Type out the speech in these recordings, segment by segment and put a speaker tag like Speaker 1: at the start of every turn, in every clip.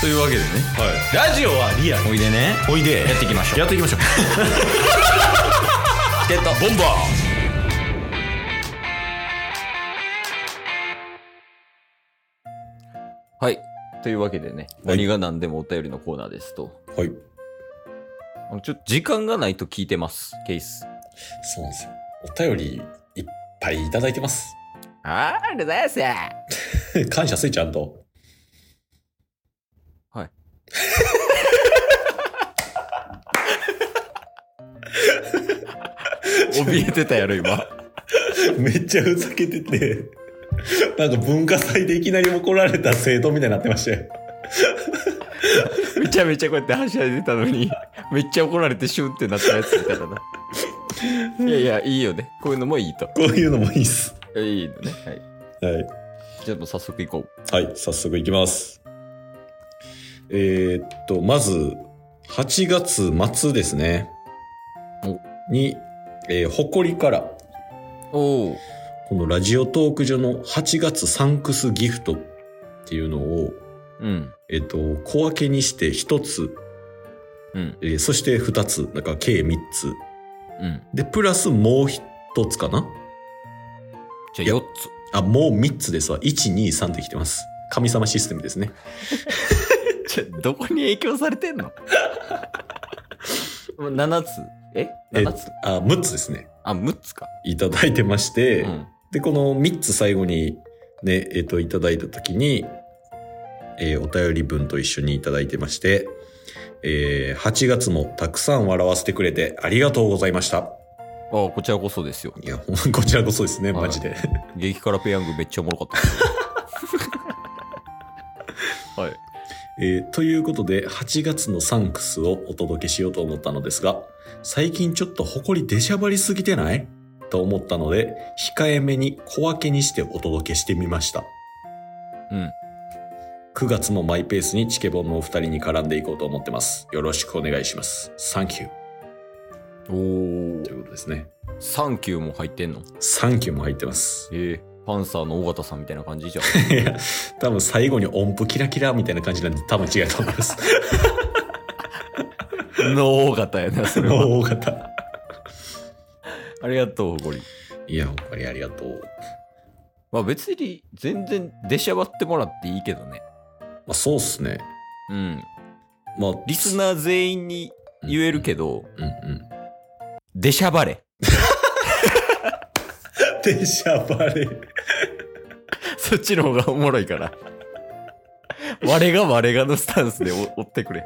Speaker 1: というわけでね
Speaker 2: ラジオはリアル
Speaker 1: おいでね
Speaker 2: おいで
Speaker 1: やっていきましょう
Speaker 2: やっていきましょう
Speaker 1: チケットボンバーはいというわけでね、
Speaker 2: はい
Speaker 1: 何が何でもお便りのコーナーですと
Speaker 2: はい
Speaker 1: あのちょっと時間がないと聞いてますケース
Speaker 2: そうなんですよお便りいっぱいいただいてます
Speaker 1: あーありがとうございます
Speaker 2: 感謝すいちゃんと
Speaker 1: はい怯えてたやろ今
Speaker 2: めっちゃふざけてて なんか文化祭でいきなり怒られた生徒みたいになってま したよ
Speaker 1: めちゃめちゃこうやってはしゃいでたのに、 めっちゃ怒られてシュンってなったやつみたいだな。 いやいや、いいよね。こういうのもいいと。
Speaker 2: こういうのもいいっす
Speaker 1: いいのね。はい。
Speaker 2: はい
Speaker 1: じゃあもう早速行こう。
Speaker 2: はい、早速いきます。えーっと、まず、8月末ですね
Speaker 1: お。
Speaker 2: に、えー、ほこりから、
Speaker 1: おお。
Speaker 2: このラジオトーク所の8月サンクスギフトっていうのを、
Speaker 1: うん。
Speaker 2: えーっと、小分けにして1つ、
Speaker 1: うん。
Speaker 2: えーそして2つ、なんか計3つ。
Speaker 1: うん。
Speaker 2: で、プラスもう1つかな
Speaker 1: じ
Speaker 2: いや
Speaker 1: ゃあ4
Speaker 2: あ、もう3つですわ。1、2、3ってきてます。神様システムですね。
Speaker 1: つ。ちょ、どこに影響されて んの ?7 つ。え
Speaker 2: え
Speaker 1: ?7 つ
Speaker 2: あ、6つですね。
Speaker 1: あ、6つか。
Speaker 2: いただいてまして、
Speaker 1: うん。
Speaker 2: で、この3つ最後にね、えっ、と、いただいたときに、えーお便り文と一緒にいただいてまして、えー8月もたくさん笑わせてくれてありがとうございました。
Speaker 1: あ、こちらこそですよ。
Speaker 2: いや、ほんこちらこそですね、
Speaker 1: はい
Speaker 2: マジで。
Speaker 1: 激辛ペヤングめっちゃおもろかったですよ。 はい。
Speaker 2: えーということで、8月のサンクスをお届けしようと思ったのですが、最近ちょっと誇り出しゃばりすぎてないと思ったので、控えめに小分けにしてお届けしてみました。
Speaker 1: うん。
Speaker 2: 9月もマイペースにチケボンのお二人に絡んでいこうと思ってます。よろしくお願いします。サンキュー。
Speaker 1: おお
Speaker 2: と。いうことですね。
Speaker 1: サンキューも入ってんの
Speaker 2: サンキューも入ってます。
Speaker 1: えー、パンサーの尾形さんみたいな感じじゃん。
Speaker 2: いや、多分最後に音符キラキラみたいな感じなんで多分違うと思います。
Speaker 1: の尾形やな、それは。
Speaker 2: 大型。
Speaker 1: ありがとう、ほこり。
Speaker 2: いや、ほんまにありがとう。
Speaker 1: まあ別に全然出しゃばってもらっていいけどね。
Speaker 2: まあそうっすね。
Speaker 1: うん。
Speaker 2: まあ、
Speaker 1: リスナー全員に言えるけど、
Speaker 2: うんうん。
Speaker 1: 出しゃばれ。
Speaker 2: 電車バレ。
Speaker 1: そっちの方がおもろいから。 我が我がのスタンスでお追ってくれ。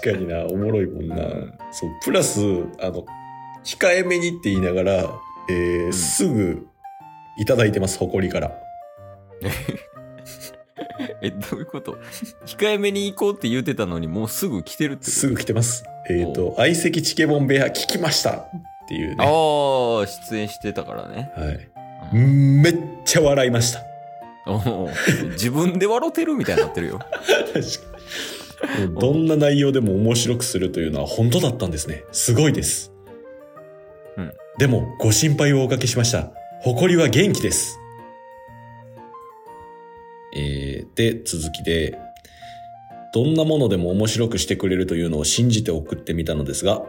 Speaker 2: 確かにな、おもろいもんな。
Speaker 1: うん
Speaker 2: そう、プラス、あの、控えめにって言いながら、えー
Speaker 1: ん
Speaker 2: すぐいただいてます、誇りから。
Speaker 1: え、どういうこと控えめに行こうって言ってたのにもうすぐ来てるって
Speaker 2: すぐ来てます。えっ、
Speaker 1: お
Speaker 2: と、相席チケボン部屋聞きましたっていうね。
Speaker 1: こと。ああ、出演してたからね。
Speaker 2: はい。
Speaker 1: うん
Speaker 2: めっちゃ笑いました。
Speaker 1: おー自分で笑ってるみたいになって るよ。
Speaker 2: 確かに。もうどんな内容でも面白くするというのは本当だったんですね。すごいです。
Speaker 1: うん
Speaker 2: でも、ご心配をおかけしました。誇りは元気です。えー、で、続きで、どんなものでも面白くしてくれるというのを信じて送ってみたのですが、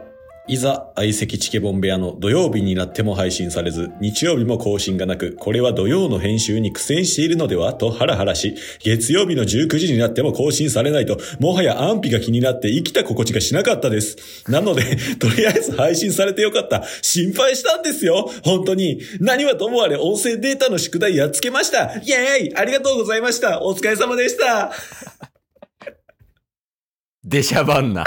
Speaker 2: いざ相席チケボン部屋の土曜日になっても配信されず、日曜日も更新がなく、これは土曜の編集に苦戦しているのではとハラハラし、月曜日の19時になっても更新されないと、もはや安否が気になって生きた心地がしなかったです。なので、 とりあえず配信されてよかった。心配したんですよ。本当に。何はともあれ音声データの宿題やっつけました。イェーイありがとうございました。お疲れ様でした。
Speaker 1: 出しゃばんな。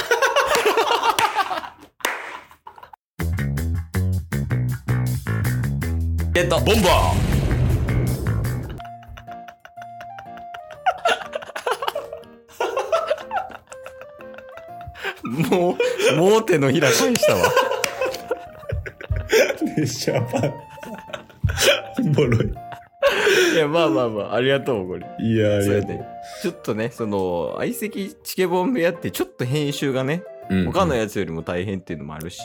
Speaker 1: ゲットボンバーもう、もう手のひら返したわ。
Speaker 2: でしゃばん。おもろい。
Speaker 1: いや、まあまあまあ、ありがとう、これ。
Speaker 2: いや、あり
Speaker 1: そ
Speaker 2: が
Speaker 1: れ
Speaker 2: と
Speaker 1: で
Speaker 2: う。
Speaker 1: ちょっとね、その、相席チケボン部屋って、ちょっと編集がね、
Speaker 2: うん
Speaker 1: 他のやつよりも大変っていうのもあるし、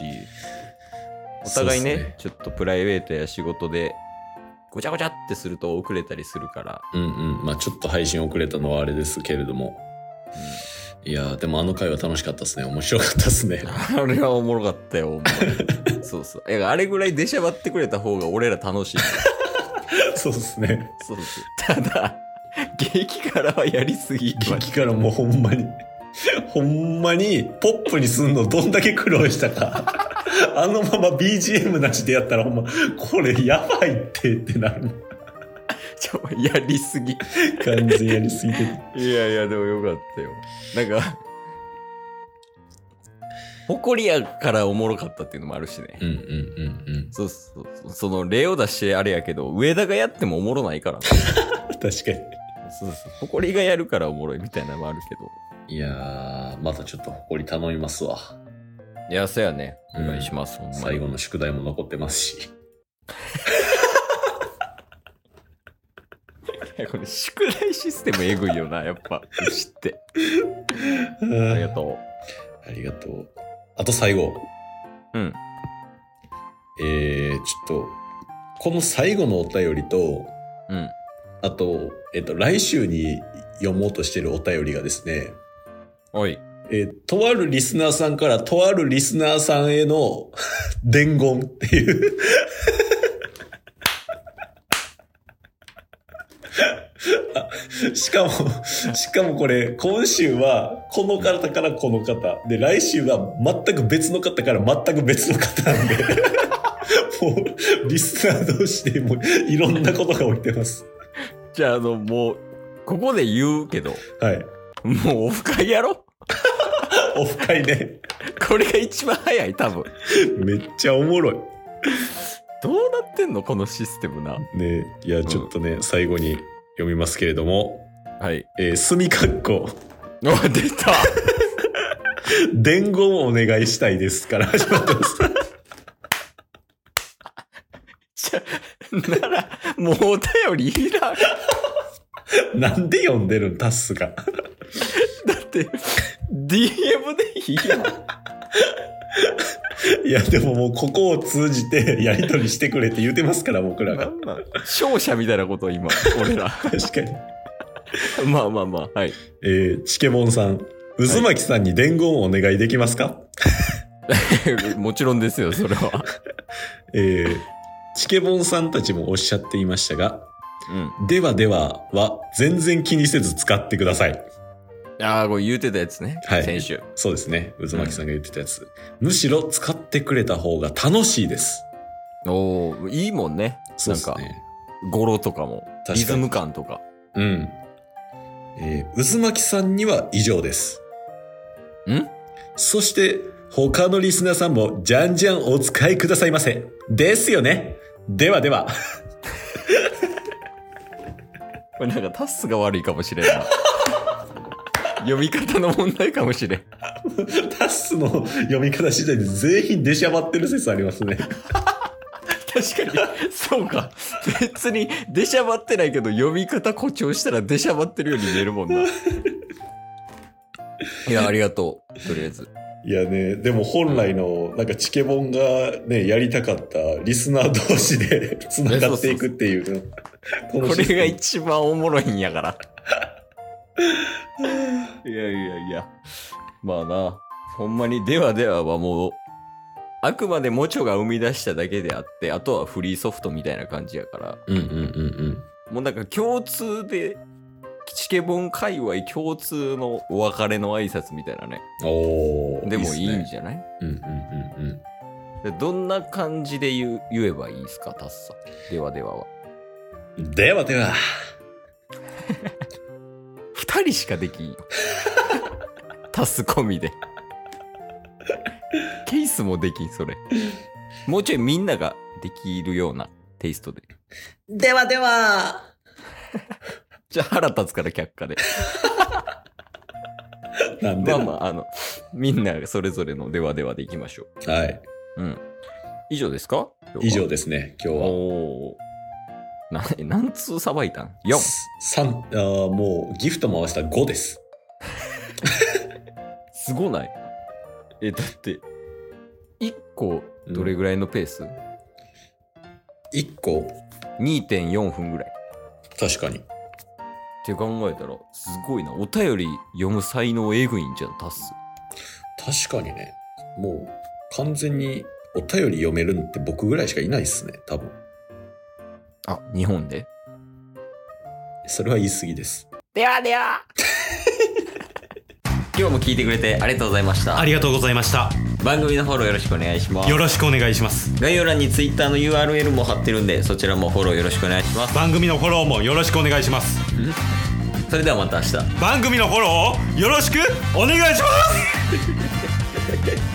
Speaker 1: お互いね
Speaker 2: そうっすね
Speaker 1: ちょっとプライベートや仕事でごちゃごちゃってすると遅れたりするから、
Speaker 2: うんうん。まあちょっと配信遅れたのはあれですけれども。いやーでもあの回は楽しかったですね面白かったですね
Speaker 1: あれはおもろかったよ、お前。そうそう。いや、あれぐらい出しゃばってくれた方が俺ら楽しい。
Speaker 2: そうですね
Speaker 1: そうそう。ただ、激辛はやりすぎ。
Speaker 2: 激からもうほんまにほんまにポップにすんのどんだけ苦労したかあのまま BGM なしでやったらほんまこれやばいってってなる
Speaker 1: ちょやりすぎ。
Speaker 2: 完全やりすぎてて
Speaker 1: いやいや、でもよかったよ。なんか、誇りやからおもろかったっていうのもあるしね。
Speaker 2: うんうんうんうん
Speaker 1: そうそうそう。その例を出してあれやけど、上田がやってもおもろないから。
Speaker 2: 確か
Speaker 1: そうそう。誇りがやるからおもろいみたいなのもあるけど。
Speaker 2: にいやーまたちょっと誇り頼みますわ
Speaker 1: いや、そうやね。お願いします。ほんまに
Speaker 2: 最後の宿題も残ってますし
Speaker 1: いやこれ宿題システムえぐいよな、やっ ぱ。知って。ありがと
Speaker 2: ありがとうあと最後
Speaker 1: う。うん。
Speaker 2: えー、ちょっとこの最後のお便りと
Speaker 1: うん。
Speaker 2: あと、えっと、来週に読もうとしてるお便りがですね、
Speaker 1: おい。
Speaker 2: えーとあるリスナーさんからとあるリスナーさんへの 伝言っていう。あしかも、しかもこれ、今週はこの方からこの方。で、来週は全く別の方から全く別の方なんで。もう、リスナー同士でもういろんなことが起きてます。
Speaker 1: じゃあ、あの、もう、ここで言うけど、
Speaker 2: はい。
Speaker 1: もうオフ会やろ
Speaker 2: オフ会ね。
Speaker 1: これが一番早い、多分。
Speaker 2: めっちゃおもろい。
Speaker 1: どうなってんのこのシステムな。
Speaker 2: ねいや、
Speaker 1: ん
Speaker 2: ちょっとね、最後に読みますけれども、
Speaker 1: はい。
Speaker 2: えー、墨かっこ、
Speaker 1: お、出 た
Speaker 2: 伝言をお願いしたいですから始まってます。
Speaker 1: じゃあ、なら、もうお便りいらん。だ
Speaker 2: なんで読んでるんタッスが。
Speaker 1: って、DM でいいやん。
Speaker 2: いや、でももうここを通じてやりとりしてくれって言うてますから、僕ら
Speaker 1: な
Speaker 2: が。
Speaker 1: んなん勝者みたいなこと、今、俺ら。
Speaker 2: 確かに。
Speaker 1: まあまあまあ、はい。
Speaker 2: えー、チケボンさん、渦巻さんに伝言をお願いできますか、
Speaker 1: もちろんですよ、それは。
Speaker 2: えー、チケボンさんたちもおっしゃっていましたが、
Speaker 1: うん。
Speaker 2: ではではは全然気にせず使ってください。
Speaker 1: ああ、これ言うてたやつね。
Speaker 2: はい
Speaker 1: 先週。
Speaker 2: そうですね。渦巻さんが言ってたやつ。むしろ使ってくれた方が楽しいです。
Speaker 1: おおいいもんね。
Speaker 2: そうですね。
Speaker 1: なんか、語呂とかも、
Speaker 2: 確かに
Speaker 1: リズム感とか。
Speaker 2: うん。えー、渦巻さんには以上です。
Speaker 1: ん
Speaker 2: そして、他のリスナーさんもじゃんじゃんお使いくださいませ。ですよね。ではでは。
Speaker 1: これなんかタスが悪いかもしれん な。読み方の問題かもしれん。
Speaker 2: タッスの読み方次第で全員出しゃばってる説ありますね。
Speaker 1: 確かに、そうか。別に、出しゃばってないけど、読み方誇張したら出しゃばってるように見えるもんな。いや、ありがとう。とりあえず。
Speaker 2: いやね、でも本来の、なんかチケボンがね、やりたかったリスナー同士で 繋がっていくっていう。この
Speaker 1: こ
Speaker 2: シ
Speaker 1: れ
Speaker 2: ステム
Speaker 1: が一番おもろいんやから。いやいやいや。まあな、ほんまにではでははもう、あくまでモチョが生み出しただけであって、あとはフリーソフトみたいな感じやから、
Speaker 2: うんうんうんうん。
Speaker 1: もうなんか共通で、チケボン界隈共通のお別れの挨拶みたいなね。
Speaker 2: おー
Speaker 1: でもいい
Speaker 2: っす
Speaker 1: ん
Speaker 2: ね
Speaker 1: じゃない
Speaker 2: うんうんうんうん。
Speaker 1: でどんな感じで言う言えばいいですか、タッサ。ではではは。
Speaker 2: ではでは。
Speaker 1: 二人しかでき んよ。タス込みで。ケースもできん、それ。もうちょいみんなができるようなテイストで。
Speaker 2: ではでは。
Speaker 1: じゃあ腹立つから却下で。
Speaker 2: なんで
Speaker 1: まあまあ、あの、みんなそれぞれのではではでいきましょ
Speaker 2: はい。
Speaker 1: う。うん。以上ですか今日は
Speaker 2: 以上ですね、今日は。
Speaker 1: おー。な、何通さばいたん ?4。
Speaker 2: 三あーもうギフトも合わせた5です。
Speaker 1: すごないえ、だって、1個どれぐらいのペース、
Speaker 2: 1個、
Speaker 1: ?2.4 分ぐらい。
Speaker 2: 確かに。
Speaker 1: って考えたら、すごいな。お便り読む才能エグいんじゃん、タス。
Speaker 2: 確かにね、もう完全にお便り読めるんって僕ぐらいしかいないっすね、多分。
Speaker 1: あ、日本で
Speaker 2: それは言い過ぎです。
Speaker 1: ではでは 今日も聞いてくれてありがとうございました
Speaker 3: あ。りがとうございました。
Speaker 1: 番組のフォローよろしくお願いします
Speaker 3: よ。ろしくお願いします。
Speaker 1: 概要欄に Twitter の URL も貼ってるんで、そちらもフォローよろしくお願いします。
Speaker 3: 番組のフォローもよろしくお願いします。
Speaker 1: それではまた明日。
Speaker 3: 番組のフォローをよろしくお願いします